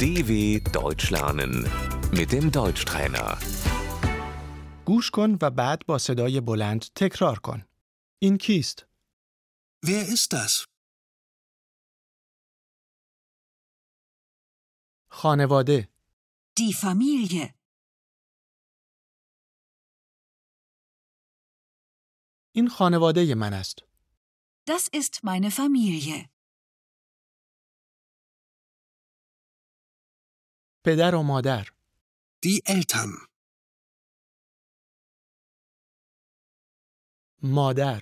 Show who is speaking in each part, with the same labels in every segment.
Speaker 1: DW Deutsch lernen mit dem Deutschtrainer.
Speaker 2: گوش کن و بعد با صدای بلند تکرار کن. این کیست؟
Speaker 3: Wer ist das?
Speaker 2: خانواده.
Speaker 4: Die Familie.
Speaker 2: این خانواده من است.
Speaker 4: Das ist meine Familie.
Speaker 2: پدر و مادر.
Speaker 3: Die Eltern.
Speaker 2: مادر.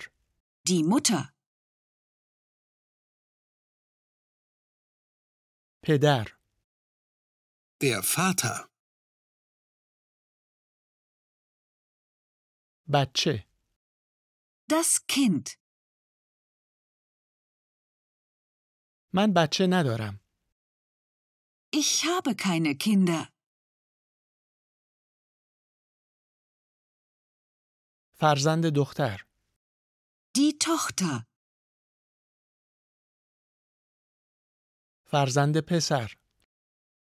Speaker 4: Die Mutter.
Speaker 2: پدر.
Speaker 3: Der Vater.
Speaker 2: بچه.
Speaker 4: Das Kind.
Speaker 2: من بچه ندارم.
Speaker 4: Ich habe keine Kinder.
Speaker 2: فرزند دختر.
Speaker 4: Die Tochter.
Speaker 2: فرزند پسر.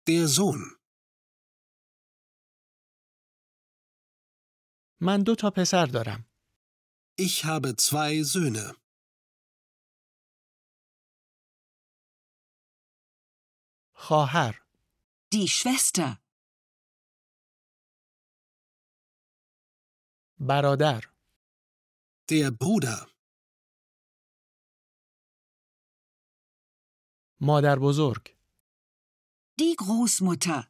Speaker 3: Der Sohn.
Speaker 2: من دو تا پسر دارم.
Speaker 3: Ich habe zwei Söhne.
Speaker 2: خواهر.
Speaker 4: Die Schwester.
Speaker 2: برادر.
Speaker 3: Der Bruder.
Speaker 2: مادر بزرگ.
Speaker 4: Die Großmutter.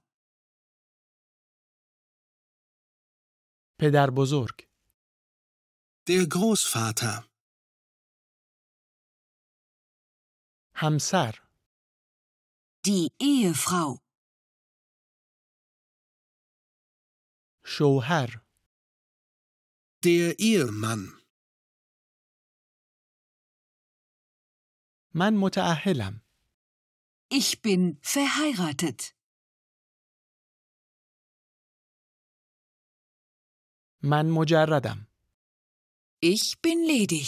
Speaker 2: پدر بزرگ.
Speaker 3: Der Großvater.
Speaker 2: همسر.
Speaker 4: Die Ehefrau.
Speaker 2: شوهر.
Speaker 3: Der Ehemann.
Speaker 2: من متعهلم.
Speaker 4: Ich bin verheiratet.
Speaker 2: من مجردم.
Speaker 4: Ich bin ledig.